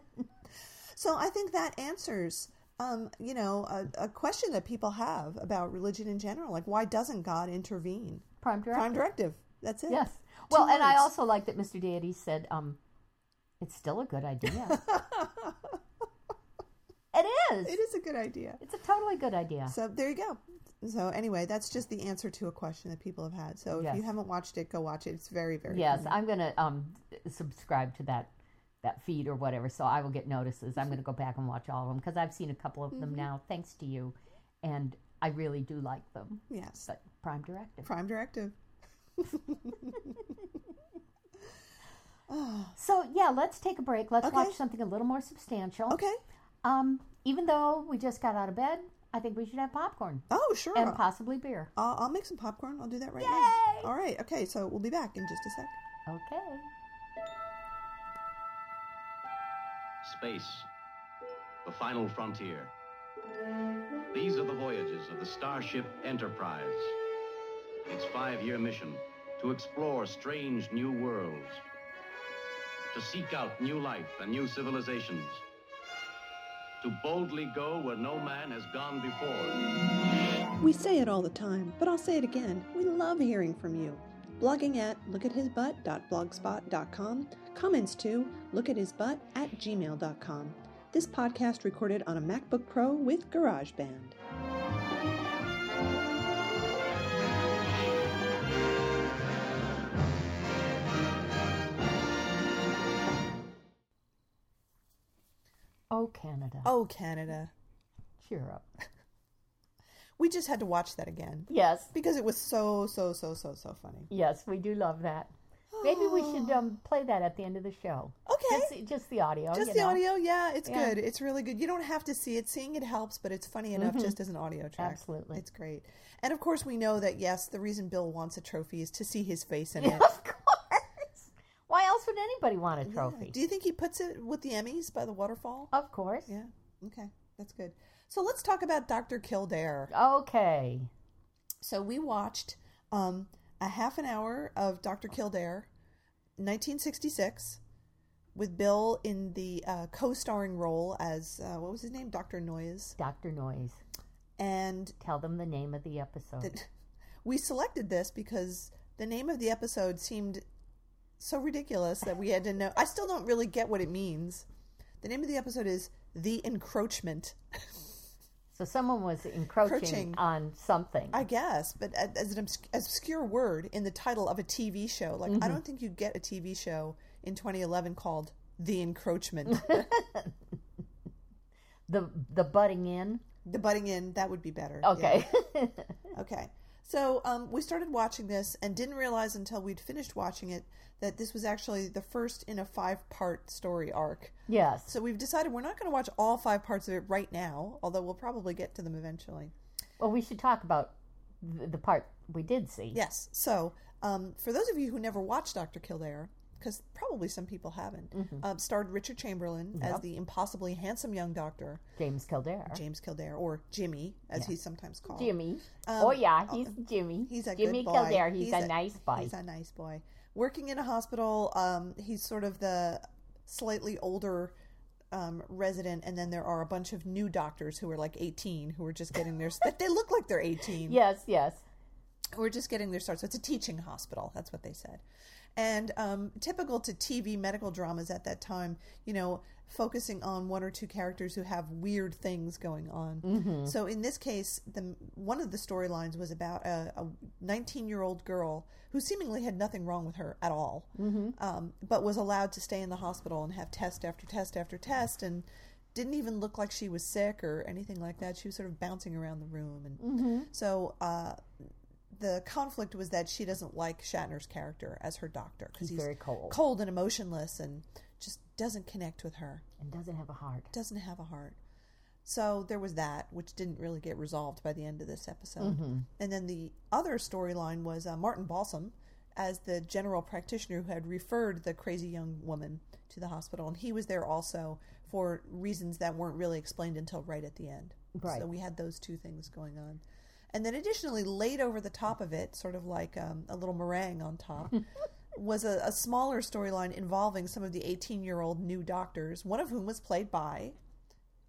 S2: so i think that answers um, you know a, a question that people have about religion in general like why doesn't god intervene
S3: Prime directive.
S2: prime directive that's it
S3: Yes.
S2: Two
S3: Well, and I
S2: words.
S3: also like that Mr. Deity said, um, it's still a good idea. it is.
S2: it is a good idea
S3: It's a totally good idea.
S2: so there you go so anyway that's just the answer to a question that people have had so if
S3: Yes.
S2: you haven't watched it go watch it it's very very
S3: Yes, I'm going to um, subscribe to that that feed or whatever, so I will get notices. I'm going to go back and watch all of them because I've seen a couple of
S2: Mm-hmm.
S3: them now, thanks to you, and I really do like them.
S2: funny. yes
S3: But Prime Directive.
S2: prime directive
S3: So yeah, let's take a break. Let's
S2: Okay.
S3: watch something a little more substantial.
S2: okay
S3: Um, even though we just got out of bed, I think we should have popcorn
S2: oh sure
S3: and possibly beer.
S2: I'll, I'll make some popcorn. I'll do that right
S3: Yay!
S2: now. All right. Okay. So we'll be back in just a sec.
S3: Okay.
S4: Space, the final frontier. These are the voyages of the Starship Enterprise. Its five year mission to explore strange new worlds, to seek out new life and new civilizations, to boldly go where no man has gone before.
S1: We say it all the time, but I'll say it again. We love hearing from you. Blogging at lookathisbutt.blogspot.com, comments to lookathisbutt at gmail.com. This podcast recorded on a MacBook Pro with GarageBand.
S3: Oh Canada.
S2: Oh, Canada.
S3: Cheer up.
S2: We just had to watch that again
S3: Yes.
S2: because it was so, so, so, so, so funny.
S3: Yes, we do love that. Maybe we should um, play that at the end of the show.
S2: Okay.
S3: Just, the- just the audio.
S2: Just
S3: you
S2: the
S3: know?
S2: audio, yeah, it's
S3: Yeah.
S2: good. It's really good. You don't have to see it. Seeing it helps, but it's funny enough just as an audio track.
S3: Mm-hmm. Absolutely.
S2: It's great. And of course, we know that, yes, the reason Bill wants a trophy is to see his face in it.
S3: of course. Why else would anybody want a trophy? Uh,
S2: Do you think he puts it with the Emmys by the waterfall?
S3: Of course.
S2: Yeah. Okay. That's good. So let's talk about Dr. Kildare.
S3: Okay.
S2: So we watched um, a half an hour of Dr. Kildare, 1966, with Bill in the uh, co starring role as, uh, what was his name? Dr. Noyes.
S3: Dr. Noise.
S2: And
S3: Tell them the name of the episode.
S2: that we selected this because the name of the episode seemed so ridiculous that we had to know. I still don't really get what it means. The name of the episode is The Encroachment,
S3: so someone was encroaching
S2: Encroaching.
S3: on something.
S2: I guess, but a- as an obs- obscure word in the title of a TV show. Like, I don't think you get a TV show in 2011 called The Encroachment.
S3: the the butting in.
S2: the butting in, that would be better. yeah.
S3: Okay.
S2: Okay. So um, we started watching this and didn't realize until we'd finished watching it that this was actually the first in a five part story arc.
S3: yes.
S2: So we've decided we're not going to watch all five parts of it right now, although we'll probably get to them eventually.
S3: well, we should talk about the, the part we did see.
S2: Yes. So um, for those of you who never watched Dr. Kildare, because probably some people haven't, um, starred Richard Chamberlain as the impossibly handsome young doctor,
S3: James Kildare.
S2: James Kildare, or Jimmy, as he's sometimes called.
S3: Jimmy. oh yeah, he's Jimmy.
S2: um, He's a
S3: Jimmy
S2: good boy.
S3: Kildare. He's, a, nice boy.
S2: He's a nice boy. Working in a hospital, um, he's sort of the slightly older um, resident, and then there are a bunch of new doctors who are like 18 who are just getting their. that they look like they're 18.
S3: yes, yes.
S2: We're just getting their start. So it's a teaching hospital. That's what they said. And um, typical to TV medical dramas at that time, you know, focusing on one or two characters who have weird things going on. So in this case, the one of the storylines was about a 19 year old girl who seemingly had nothing wrong with her at all, um, but was allowed to stay in the hospital and have test after test after test and didn't even look like she was sick or anything like that. She was sort of bouncing around the room. And so, uh, the conflict was that she doesn't like Shatner's character as her doctor because
S3: He's
S2: he's,
S3: very cold.
S2: cold and emotionless and just doesn't connect with her.
S3: And doesn't have a heart.
S2: Doesn't have a heart. So there was that, which didn't really get resolved by the end of this episode. And then the other storyline was uh, Martin Balsam as the general practitioner who had referred the crazy young woman to the hospital, and he was there also for reasons that weren't really explained until right at the end.
S3: Right.
S2: So we had those two things going on. And then additionally, laid over the top of it, sort of like um, a little meringue on top, was a, a smaller storyline involving some of the 18 year old new doctors, one of whom was played by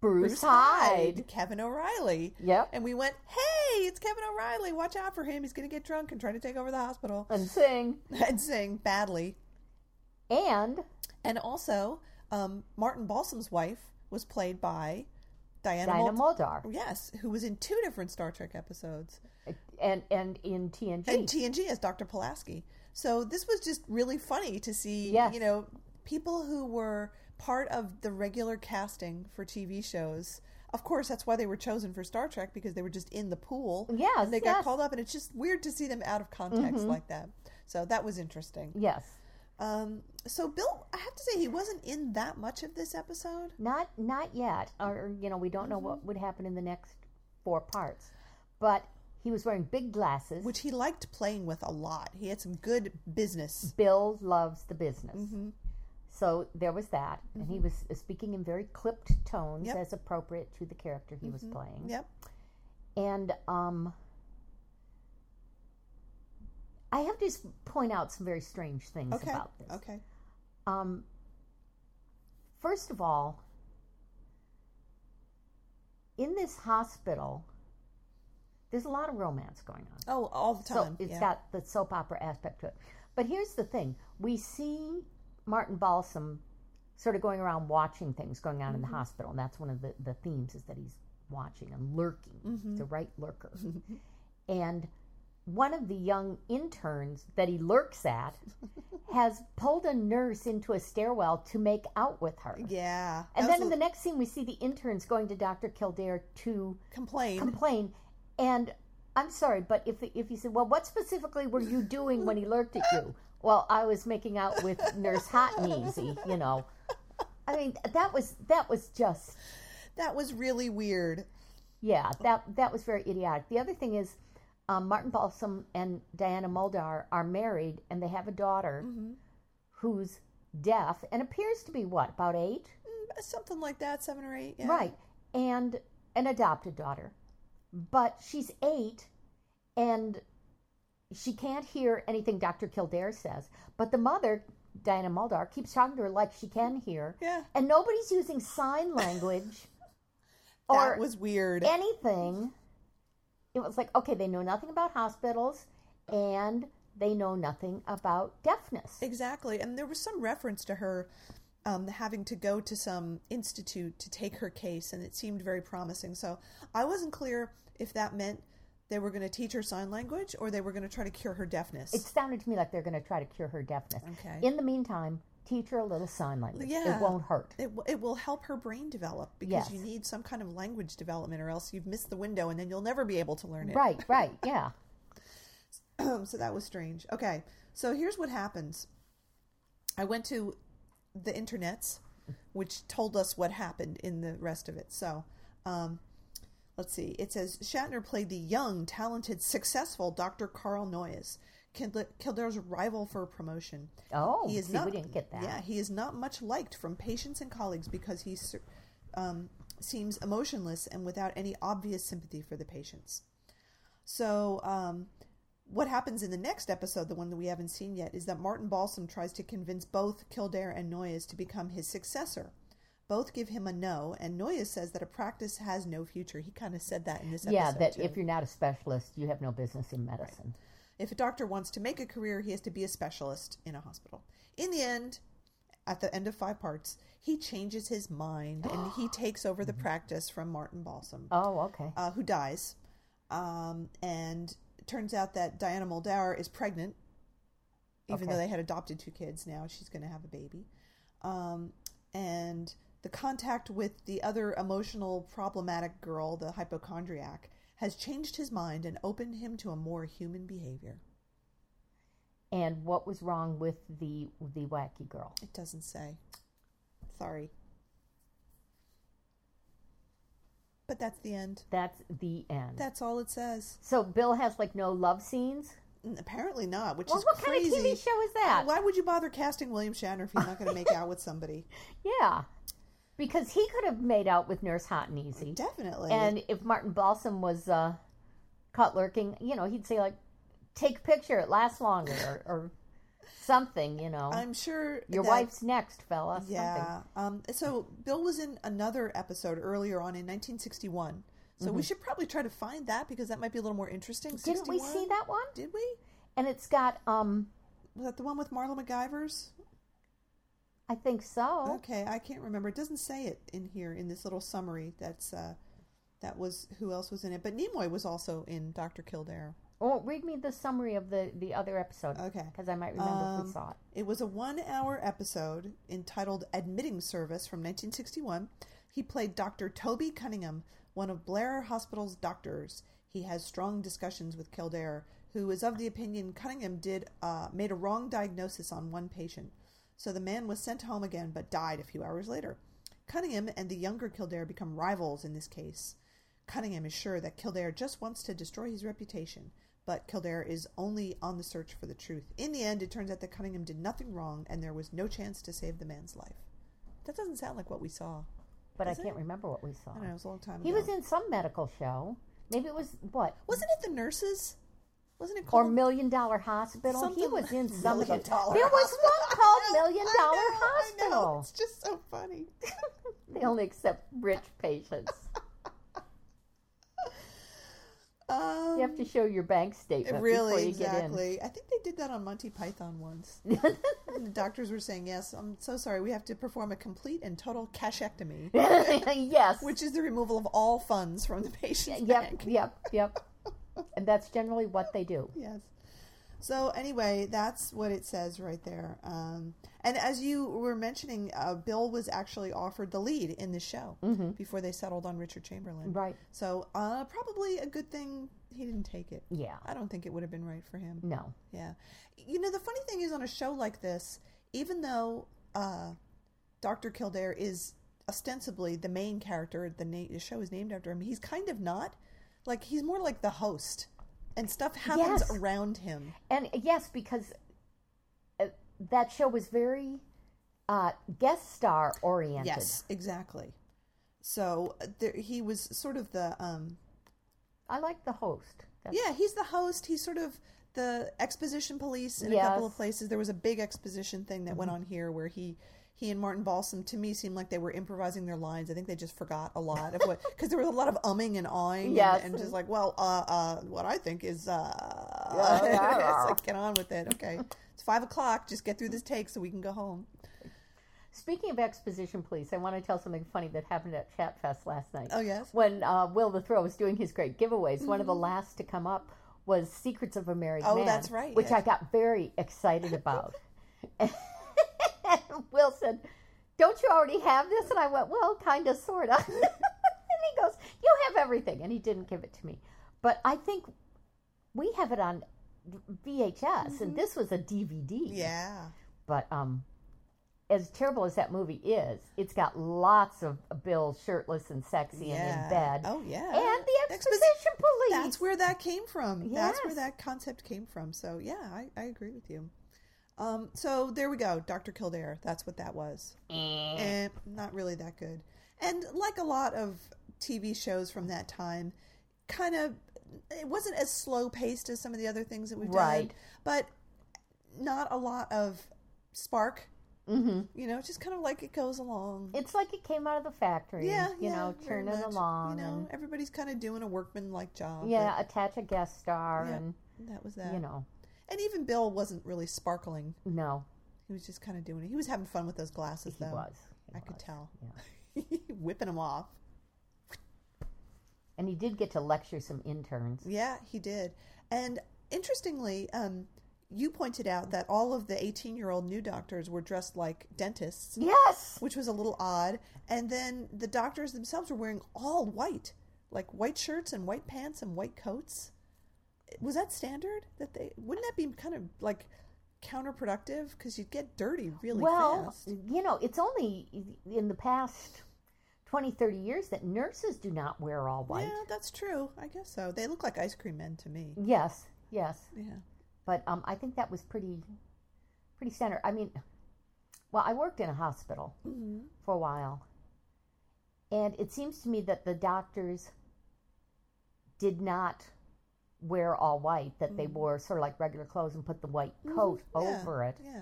S3: Bruce,
S2: Bruce
S3: Hyde.
S2: Hyde, Kevin O'Reilly.
S3: Yep.
S2: And we went, hey, it's Kevin O'Reilly. Watch out for him. He's going to get drunk and try to take over the hospital
S3: And sing.
S2: and sing badly.
S3: And
S2: And also, um, Martin Balsam's wife was played by Diana,
S3: Dinah
S2: Mul-
S3: Muldar.
S2: Yes, who was in two different Star Trek episodes.
S3: And and in TNG.
S2: and TNG as Dr. Pulaski. So this was just really funny to see,
S3: Yes.
S2: you know, people who were part of the regular casting for TV shows. Of course, that's why they were chosen for Star Trek because they were just in the pool.
S3: Yes,
S2: and they got
S3: yes. Mm-hmm.
S2: called up, and it's just weird to see them out of context like that. So that was interesting.
S3: yes.
S2: Um, so Bill, I have to say, he wasn't in that much of this episode.
S3: Not not yet. Or you know, we don't know
S2: Mm-hmm.
S3: what would happen in the next four parts. But he was wearing big glasses.
S2: Which he liked playing with a lot. He had some good business.
S3: Bill loves the business.
S2: Mm-hmm.
S3: So there was that, and he was uh, speaking in very clipped tones
S2: Yep. Mm-hmm.
S3: as appropriate to the character he was playing.
S2: Yep.
S3: And um, I have to s- point out some very strange things
S2: Okay.
S3: about this.
S2: Okay.
S3: Um, first of all, in this hospital, there's a lot of romance going on.
S2: Oh, all the
S3: So
S2: time.
S3: it's
S2: yeah.
S3: got the soap opera aspect to it. But here's the thing: we see Martin Balsam sort of going around watching things going on in
S2: Mm-hmm.
S3: the hospital, and that's one of the, the themes is that he's watching and lurking.
S2: Mm-hmm.
S3: He's a right lurker, and one of the young interns that he lurks at has pulled a nurse into a stairwell to make out with her.
S2: Yeah.
S3: And
S2: That
S3: then
S2: was
S3: in
S2: a-
S3: the next scene, we see the interns going to Dr. Kildare to
S2: complain.
S3: complain. And I'm sorry, but if if you said, well, what specifically were you doing when he lurked at you? Well, I was making out with Nurse Hot and Easy, you know. I mean, that was that was just
S2: That was really weird.
S3: yeah, that that was very idiotic. The other thing is, um, Martin Balsam and Diana Muldar are married, and they have a daughter who's deaf and appears to be what about eight,
S2: Mm, Something like that, seven or eight. Yeah.
S3: right? And an adopted daughter, but she's eight, and she can't hear anything Dr. Kildare says. But the mother, Diana Muldar, keeps talking to her like she can hear,
S2: Yeah.
S3: and nobody's using sign language.
S2: That was weird.
S3: anything. It was like, okay, they know nothing about hospitals and they know nothing about deafness.
S2: Exactly. And there was some reference to her um, having to go to some institute to take her case, and it seemed very promising. So I wasn't clear if that meant they were going to teach her sign language or they were going to try to cure her deafness.
S3: It sounded to me like they're going to try to cure her deafness.
S2: Okay.
S3: In the meantime, teach her a little sign language.
S2: Yeah.
S3: It won't hurt.
S2: it, w- it will help her brain develop because
S3: Yes.
S2: you need some kind of language development, or else you've missed the window and then you'll never be able to learn it.
S3: Right, right, yeah.
S2: so that was strange. Okay, so here's what happens. I went to the internets, which told us what happened in the rest of it. So, um, let's see. It says Shatner played the young, talented, successful Dr. Carl Noyes, Kild- Kildare's rival for promotion.
S3: Oh, see, we didn't get that.
S2: Yeah, he is not much liked from patients and colleagues because he ser- um, seems emotionless and without any obvious sympathy for the patients. So, um, what happens in the next episode, the one that we haven't seen yet, is that Martin Balsam tries to convince both Kildare and Noyes to become his successor. Both give him a no, and Noyes says that a practice has no future. He kind of said that in this episode.
S3: yeah, that
S2: too.
S3: if you're not a specialist, you have no business in medicine.
S2: If a doctor wants to make a career, he has to be a specialist in a hospital. In the end, at the end of five parts, he changes his mind and he takes over the practice from Martin Balsam,
S3: Mm-hmm. Oh, okay.
S2: uh, who dies. Um, and it turns out that Diana Muldaur is pregnant, even
S3: Okay.
S2: though they had adopted two kids. Now she's going to have a baby. Um, and the contact with the other emotional, problematic girl, the hypochondriac, has changed his mind and opened him to a more human behavior.
S3: and what was wrong with the the wacky girl?
S2: It doesn't say. Sorry. But that's the end.
S3: That's the end.
S2: That's all it says.
S3: so Bill has like no love scenes.
S2: And apparently not, which
S3: Well,
S2: is
S3: what
S2: crazy.
S3: kind of TV show is that?
S2: Why would you bother casting William Shatner if you're not going to make out with somebody?
S3: Yeah, because he could have made out with Nurse Hot and Easy,
S2: Definitely.
S3: and if Martin Balsam was uh, caught lurking, you know, he'd say like, "Take picture; it lasts longer," or, or something. You know,
S2: I'm sure
S3: your
S2: that-
S3: wife's next, fella. Something.
S2: Yeah. Um, so Bill was in another episode earlier on in 1961. So we should probably try to find that because that might be a little more interesting.
S3: Mm-hmm. Didn't we see
S2: 61?
S3: that one?
S2: Did we?
S3: And it's got, um,
S2: Was that the one with Marla MacGyver's?
S3: I think so.
S2: Okay, I can't remember. It doesn't say it in here in this little summary. That's uh, that was who else was in it, but Nimoy was also in Doctor Kildare.
S3: Oh, read me the summary of the the other episode.
S2: Okay.
S3: because I might remember if
S2: Um,
S3: we saw it.
S2: It was a one-hour episode entitled "Admitting Service" from 1961. He played Doctor Toby Cunningham, one of Blair Hospital's doctors. He has strong discussions with Kildare, who is of the opinion Cunningham did uh, made a wrong diagnosis on one patient. So the man was sent home again, but died a few hours later. Cunningham and the younger Kildare become rivals in this case. Cunningham is sure that Kildare just wants to destroy his reputation, but Kildare is only on the search for the truth. In the end, it turns out that Cunningham did nothing wrong and there was no chance to save the man's life. That doesn't sound like what we saw.
S3: But I
S2: is it?
S3: can't remember what we saw.
S2: I don't know, it was a long time
S3: He
S2: ago.
S3: was in some medical show. Maybe it was what
S2: Wasn't it the nurses? Wasn't it
S3: or
S2: called
S3: Million Dollar Hospital. he
S2: something
S3: was in
S2: like
S3: some of
S2: Million
S3: the.
S2: Dollar
S3: There was one
S2: Hospital?
S3: called
S2: I know,
S3: Million
S2: I
S3: Dollar
S2: know, I know.
S3: Hospital.
S2: It's just so funny.
S3: They only accept rich patients.
S2: Um,
S3: You have to show your bank statement before
S2: really
S3: you
S2: exactly. I think they did that on Monty Python once.
S3: get in.
S2: And the doctors were saying, "Yes, I'm so sorry. We have to perform a complete and total cashectomy."
S3: yes.
S2: which is the removal of all funds from the patient.
S3: yep. Yep. Yep. And that's generally what they do.
S2: Yes. So anyway, that's what it says right there. Um, and as you were mentioning, uh, Bill was actually offered the lead in the show before they settled on Richard Chamberlain.
S3: Mm-hmm. Right.
S2: So uh, probably a good thing he didn't take it.
S3: Yeah.
S2: I don't think it would have been right for him.
S3: No.
S2: Yeah. You know, the funny thing is on a show like this, even though uh, Dr. Kildare is ostensibly the main character, the, na- the show is named after him, he's kind of not. Like, he's more like the host, and stuff happens
S3: Yes.
S2: around him.
S3: And yes, because uh, that show was very uh, guest star oriented.
S2: Yes, exactly. So uh, there, he was sort of the. Um,
S3: I like the host. That's,
S2: yeah, he's the host. He's sort of the exposition police in a couple of
S3: Yes. Mm-hmm.
S2: places. There was a big exposition thing that went on here where he he and Martin Balsam to me seemed like they were improvising their lines. I think they just forgot a lot of what because there was a lot of umming and awing
S3: Yes.
S2: and, and just like, well, uh, uh, what I think is uh,
S3: Yeah, yeah, yeah.
S2: it's like get on with it. Okay, it's five o'clock. Just get through this take so we can go home.
S3: Speaking of exposition police, I want to tell something funny that happened at Chat Fest last night.
S2: Oh, yes? Mm-hmm.
S3: When uh, Will the Throw was doing his great giveaways, one of the last to come up was Secrets of a Married
S2: Oh,
S3: Man.
S2: that's right.
S3: Which I got very excited about. and Will said, Don't you already have this? And I went, Well, kind of, sort of. and he goes, You have everything. And he didn't give it to me. But I think we have it on VHS, and this was a DVD.
S2: Mm-hmm. Yeah,
S3: But um, as terrible as that movie is, it's got lots of uh, Bill shirtless and sexy and
S2: yeah.
S3: in bed.
S2: Oh yeah,
S3: And the
S2: Expos-
S3: exposition police.
S2: That's where that came from. That's where
S3: Yes.
S2: that concept came from. So yeah, I, I agree with you. Um, so there we go, Doctor Kildare. That's what that was.
S3: Mm.
S2: Eh, not really that good. And like a lot of TV shows from that time, kind of it wasn't as slow paced as some of the other things that we've
S3: Right.
S2: done, but not a lot of spark. Mm-hmm. You know, just kind of like it goes along.
S3: It's like it came out of the factory.
S2: yeah,
S3: you
S2: yeah,
S3: know,
S2: very
S3: churning
S2: much.
S3: along.
S2: You know,
S3: and-
S2: everybody's kind of doing a workman-like job. but-
S3: yeah, attach a guest star,
S2: Yeah,
S3: and
S2: that was that.
S3: you know,
S2: And even Bill wasn't really sparkling.
S3: no,
S2: He was just kind of doing it. He was having fun with those glasses,
S3: he
S2: though.
S3: was. He
S2: I could
S3: was,
S2: tell.
S3: yeah.
S2: Whipping them off.
S3: And he did get to lecture some interns.
S2: Yeah, he did. And interestingly, um, you pointed out that all of the 18 year old new doctors were dressed like dentists,
S3: Yes.
S2: which was a little odd. And then the doctors themselves were wearing all white, like white shirts and white pants and white coats. Was that standard? That they wouldn't that be kind of like counterproductive because you'd get dirty really
S3: well, mm,
S2: fast.
S3: you know, it's only in the past 20, 30 years that nurses do not wear all white. Mm.
S2: Yeah, that's true. I guess so. They look like ice cream men to me.
S3: Yes, yes.
S2: Yeah.
S3: but um, I think that was pretty, pretty standard. I mean, well, I worked in a hospital
S2: Mm-hmm.
S3: for a while, and it seems to me that the doctors did not wear all white; that they wore sort of like regular clothes and put the white coat
S2: Mm-hmm. Yeah,
S3: over it.
S2: Yeah.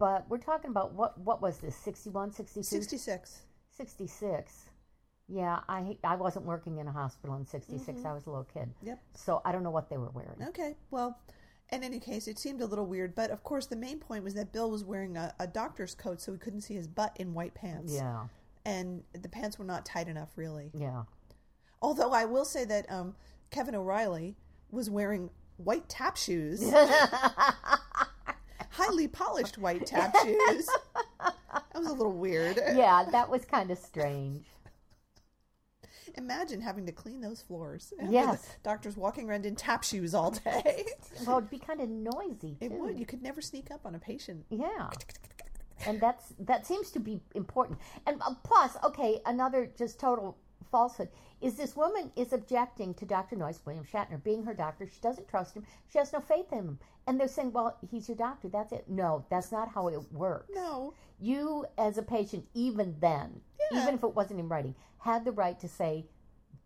S3: But we're talking about what? What was this? 61, 62,
S2: 66.
S3: 66. Yeah, I I wasn't working in a hospital in '66. I was a little kid,
S2: Yep.
S3: so I don't know what they were wearing.
S2: Okay. Well, in any case, it seemed a little weird, but of course, the main point was that Bill was wearing a, a doctor's coat, so he couldn't see his butt in white pants.
S3: Yeah,
S2: And the pants were not tight enough, really.
S3: yeah.
S2: Although I will say that um, Kevin O'Reilly was wearing white tap shoes, highly polished white tap shoes. That was a little weird.
S3: yeah, that was kind of strange.
S2: Imagine having to clean those floors. after
S3: Yes.
S2: The doctors walking around in tap shoes all day.
S3: Well, it'd be kind of noisy too.
S2: it would. You could never sneak up on a patient.
S3: Yeah. And that's that seems to be important. And uh, plus, okay, another just total falsehood is this woman is objecting to Dr. Noyce, William Shatner, being her doctor. She doesn't trust him. She has no faith in him. And they're saying, "Well, he's your doctor. That's it." No, that's not how it works.
S2: No.
S3: You, as a patient, even then, even if it wasn't in writing, had the right to say,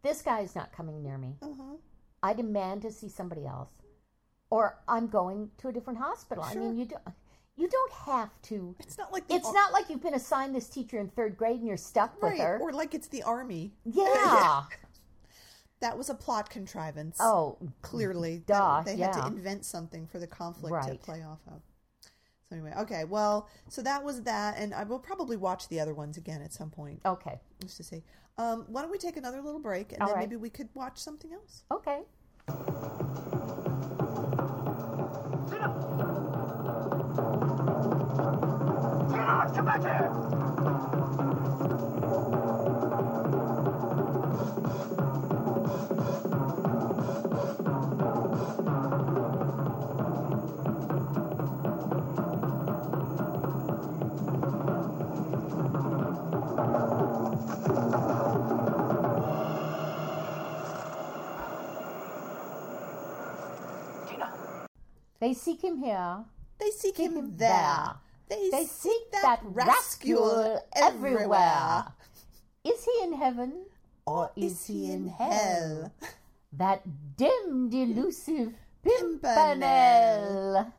S3: "This guy is not coming near me."
S2: Uh-huh.
S3: I demand to see somebody else, or I'm going to a different hospital. I mean, you don't you don't have to.
S2: It's not like the
S3: It's
S2: ar-
S3: not like you've been assigned this teacher in third grade and you're stuck
S2: right,
S3: with her.
S2: or like it's the army.
S3: yeah.
S2: That was a plot contrivance.
S3: Oh,
S2: clearly,
S3: duh,
S2: that they had
S3: yeah.
S2: to invent something for the conflict to
S3: Right.
S2: play off of. So anyway, okay, well, so that was that, and I will probably watch the other ones again at some point
S3: okay,
S2: just to see. Um, why don't we take another little break, and
S3: All
S2: then
S3: right.
S2: maybe we could watch something else.
S3: okay.
S5: Three Get out! Come back here! Tina!
S3: They seek him here.
S2: They seek
S3: Seek
S2: him,
S3: him
S2: there.
S3: there.
S2: They,
S3: They
S2: seek,
S3: seek
S2: that,
S3: that
S2: rascal
S3: rascal
S2: everywhere.
S3: everywhere. Is he in heaven?
S2: Or is he in hell?
S3: That dimmed, elusive
S2: Pimpernel.
S3: Pimpernel.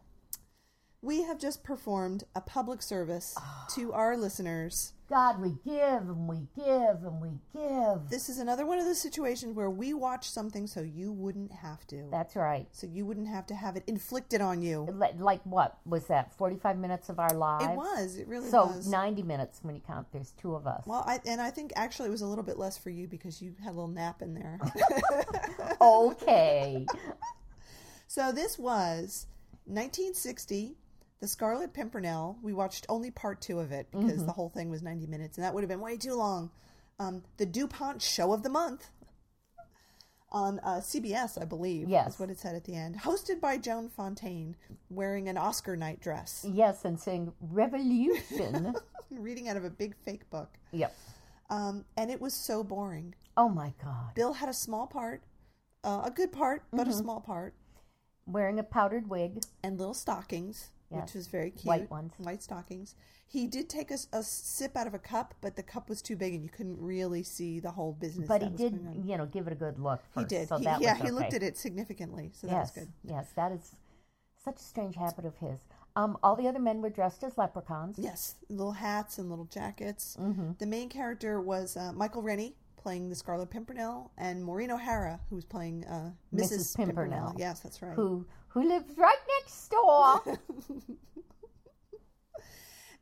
S2: We have just performed a public service to our listeners.
S3: God, we give and we give and we give.
S2: This is another one of those situations where we watch something so you wouldn't have to.
S3: That's right.
S2: so you wouldn't have to have it inflicted on you.
S3: Like, like what was that? Forty-five minutes of our lives.
S2: It was. It really
S3: So
S2: was.
S3: ninety minutes when you count. There's two of us.
S2: well, I, and I think actually it was a little bit less for you because you had a little nap in there.
S3: Okay.
S2: so this was 1960, The Scarlet Pimpernel. We watched only part two of it because the whole thing was 90 minutes, and that would have been way too long. Um, the DuPont Show of the Month on uh, CBS, I believe.
S3: Yes.
S2: Is what it said at the end. Hosted by Joan Fontaine wearing an Oscar night dress,
S3: yes, and saying revolution.
S2: reading out of a big fake book.
S3: yep.
S2: Um, and it was so boring.
S3: Oh my God.
S2: Bill had a small part, uh, a good part, but a small part,
S3: Wearing a powdered wig.
S2: and little stockings, which
S3: Yes.
S2: was very cute.
S3: White ones.
S2: White stockings. He did take a, s- a sip out of a cup, but the cup was too big and you couldn't really see the whole business.
S3: But
S2: that
S3: he
S2: was
S3: did,
S2: going on.
S3: you know, give it a good look.
S2: He
S3: first,
S2: did.
S3: So
S2: He-
S3: that
S2: yeah,
S3: was
S2: he looked
S3: okay.
S2: at it significantly, so that
S3: yes,
S2: was good.
S3: yes, that is such a strange habit of his. Um, all the other men were dressed as leprechauns.
S2: Yes, little hats and little jackets.
S3: Mm-hmm.
S2: The main character was uh, Michael Rennie playing the Scarlet Pimpernel, and Maureen O'Hara, who was playing uh, Mrs.
S3: Mrs. Pimpernel.
S2: Yes, that's right.
S3: Who who lives right next door?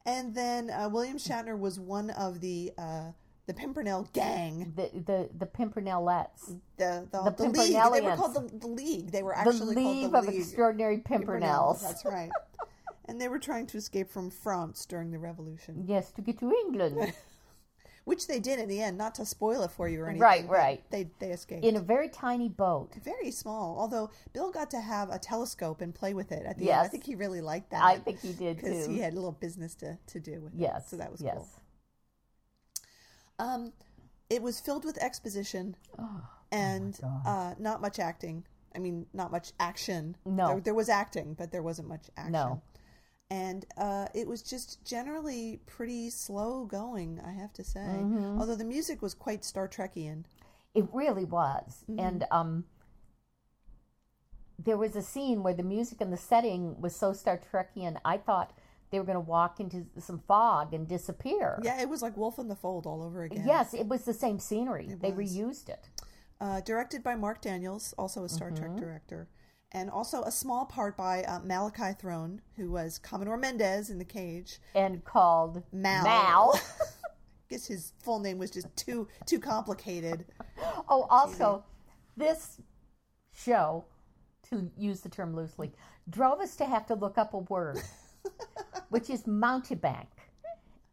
S2: And then uh, William Shatner was one of the uh, the Pimpernel gang,
S3: the the the Pimpernelettes,
S2: the the, the
S3: The
S2: league. They were
S3: Pimpernelians.
S2: called the, the league. They were
S3: the
S2: actually
S3: League
S2: called
S3: of
S2: the league.
S3: Extraordinary
S2: Pimpernels,
S3: Pimpernels.
S2: That's right. and they were trying to escape from France during the Revolution,
S3: Yes, to get to England
S2: which they did in the end. Not to spoil it for you or anything.
S3: Right,
S2: but
S3: right.
S2: They they escaped.
S3: in a very tiny boat.
S2: very small, although Bill got to have a telescope and play with it at the end. I
S3: Yes.
S2: think he really liked that.
S3: I think he did
S2: because
S3: too.
S2: he had a little business to, to do with it.
S3: yes,
S2: So that was
S3: yes.
S2: cool. Um, it was filled with exposition
S3: Oh,
S2: and uh, not much acting. I mean, not much action.
S3: No.
S2: there, there was acting, but there wasn't much action.
S3: No.
S2: and uh, it was just generally pretty slow going. I have to say,
S3: Mm-hmm.
S2: although the music was quite Star Trekian.
S3: It really was.
S2: Mm-hmm.
S3: And um there was a scene where the music and the setting was so Star Trekian, I thought they were going to walk into some fog and disappear.
S2: Yeah, it was like Wolf in the Fold all over again.
S3: Yes, it was the same scenery. they
S2: was.
S3: reused it.
S2: uh, directed by Mark Daniels, also a Star
S3: Mm-hmm.
S2: Trek director, and also a small part by uh, Malachi Throne, who was Commodore Mendez in The Cage.
S3: And called
S2: Mal.
S3: Mal.
S2: guess his full name was just too too complicated.
S3: Oh, also, this show, to use the term loosely, drove us to have to look up a word, which is mountebank.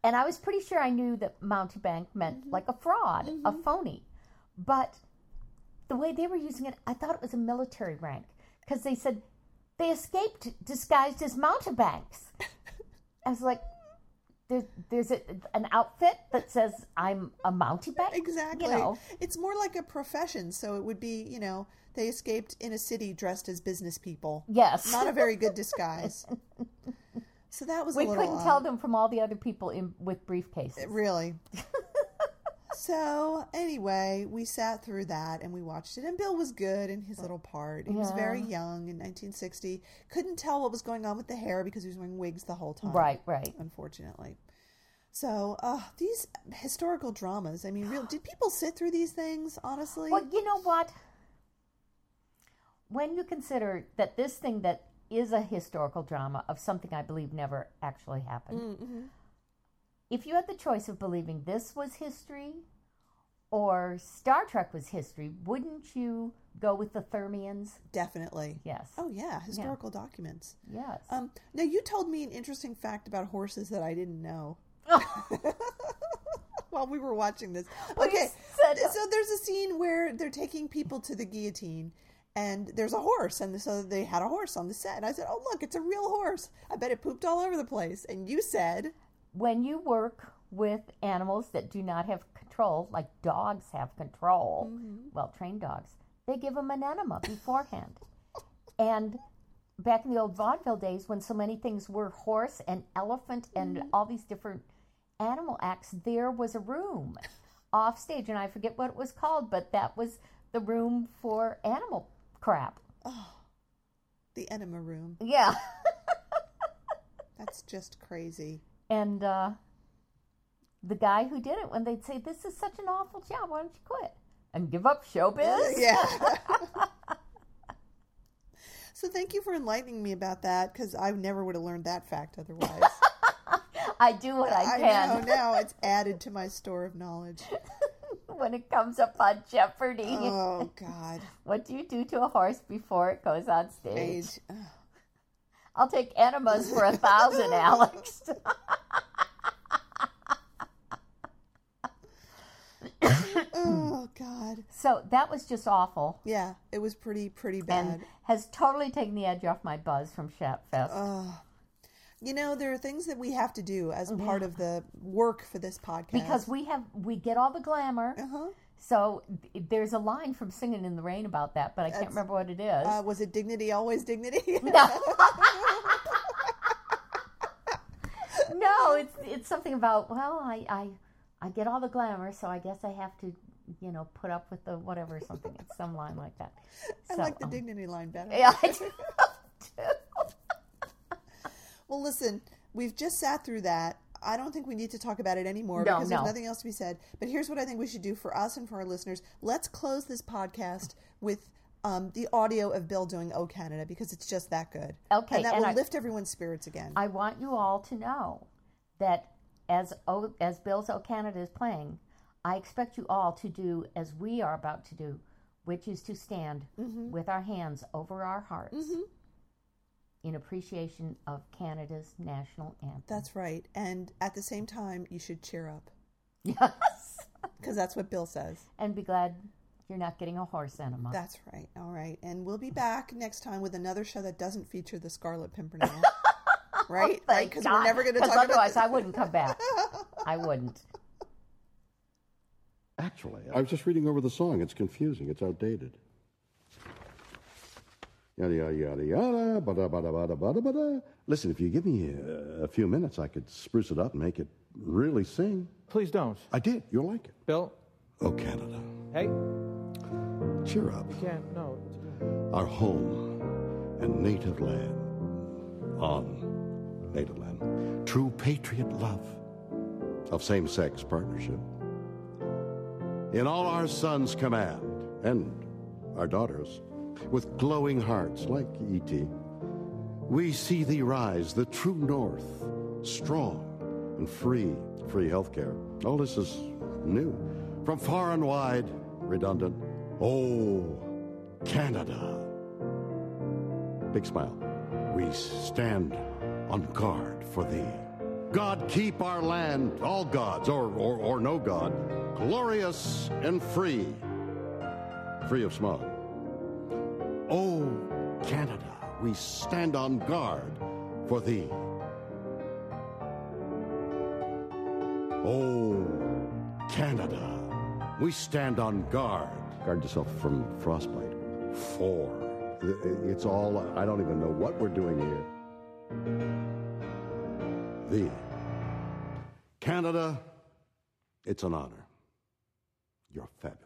S3: And I was pretty sure I knew that mountebank meant
S2: Mm-hmm.
S3: like a fraud, a phony. But the way they were using it, I thought it was a military rank because they said they escaped disguised as mountebanks. I was like, there's, there's a, an outfit that says I'm a mountebank.
S2: Exactly.
S3: You know,
S2: It's more like a profession, so it would be, you know, they escaped in a city dressed as business people.
S3: yes.
S2: Not a very good disguise. so that was
S3: We
S2: a little uh,
S3: couldn't
S2: odd.
S3: tell them from all the other people in with briefcases.
S2: Really. so anyway, we sat through that and we watched it, and Bill was good in his little part. He was very young in 1960. Couldn't tell what was going on with the hair because he was wearing wigs the whole time.
S3: Right, right.
S2: Unfortunately. So uh, these historical dramas. I mean, real. Did people sit through these things? Honestly,
S3: Well, you know what? When you consider that this thing that is a historical drama of something I believe never actually
S2: Mm-hmm.
S3: happened, if you had the choice of believing this was history or Star Trek was history, wouldn't you go with the Thermians?
S2: Definitely.
S3: Yes.
S2: Oh yeah, historical documents.
S3: Yes.
S2: Um, now you told me an interesting fact about horses that I didn't know
S3: Oh.
S2: while we were watching this. Okay,
S3: said-
S2: so there's a scene where they're taking people to the guillotine, and there's a horse, and so they had a horse on the set. And I said, "Oh look, it's a real horse. I bet it pooped all over the place." And you said,
S3: when you work with animals that do not have control, like dogs have control, well, trained dogs, they give them an enema beforehand. and back in the old vaudeville days, when so many things were horse and elephant and all these different animal acts, there was a room off stage, and I forget what it was called, but that was the room for animal crap.
S2: "The enema room."
S3: Yeah.
S2: That's just crazy.
S3: And uh, the guy who did it, when they'd say, This is such an awful job, why don't you quit? And give up showbiz?
S2: Yeah. so thank you for enlightening me about that because I never would have learned that fact otherwise.
S3: I do what I
S2: I know
S3: can
S2: now it's added to my store of knowledge.
S3: when it comes up on Jeopardy.
S2: Oh God,
S3: What do you do to a horse before it goes on stage?
S2: age. Uh,
S3: I'll take enemas for a thousand, Alex.
S2: Oh God.
S3: so that was just awful.
S2: Yeah, it was pretty pretty bad.
S3: And has totally taken the edge off my buzz from Shatfest.
S2: Oh, you know, there are things that we have to do as part of the work for this podcast.
S3: Mm-hmm. because we have we get all the glamour.
S2: uh-huh.
S3: So th- there's a line from Singing in the Rain about that, but I can't remember what it is.
S2: uh, was it dignity always dignity?
S3: no, it's it's something about well, I I I get all the glamour, so I guess I have to you know put up with the whatever or something. It's some line like that.
S2: I
S3: So,
S2: like the
S3: um,
S2: dignity line better.
S3: yeah, I do.
S2: Well, listen, we've just sat through that. I don't think we need to talk about it anymore
S3: No,
S2: because
S3: no.
S2: there's nothing else to be said. But here's what I think we should do for us and for our listeners. Let's close this podcast with um, the audio of Bill doing "O Canada" because it's just that good.
S3: Okay,
S2: and that
S3: and
S2: will
S3: I-
S2: lift everyone's spirits again.
S3: I want you all to know that as o, as Bills O Canada is playing, I expect you all to do as we are about to do, which is to stand
S2: Mm-hmm.
S3: with our hands over our hearts
S2: Mm-hmm.
S3: in appreciation of Canada's national anthem.
S2: that's right. And at the same time, you should cheer up
S3: yes.
S2: because that's what Bill says.
S3: And be glad you're not getting a horse enema.
S2: That's right. All right. And we'll be back next time with another show that doesn't feature the Scarlet Pimpernel. right? right?
S3: Oh, Thank
S2: Because
S3: God.
S2: we're never going to
S3: 'Cause
S2: talk about
S3: otherwise
S2: this.
S3: I wouldn't come back. I wouldn't.
S6: Actually, I was just reading over the song. It's confusing. It's outdated. Yada yada yada yada. Bada bada bada bada bada. Listen, if you give me a, a few minutes, I could spruce it up and make it really sing.
S7: Please don't.
S6: I did. You'll like it.
S7: Bill,
S6: Oh, Canada,
S7: hey,
S6: cheer up.
S7: can't, no.
S6: Our home and native land. On native land. True patriot love of same sex partnership. In all our sons' command and our daughters, with glowing hearts like E E.T., we see thee rise, the true North, strong and free, free healthcare. All this is new. From far and wide, redundant. Oh, Canada. Big smile. We stand on guard for thee. God keep our land, all gods, or, or, or no God, glorious and free, free of smog. Oh, Canada, we stand on guard for thee. Oh, Canada, we stand on guard. Guard yourself from frostbite. For. It's all, I don't even know what we're doing here. Thee. Canada, it's an honor. You're fabulous.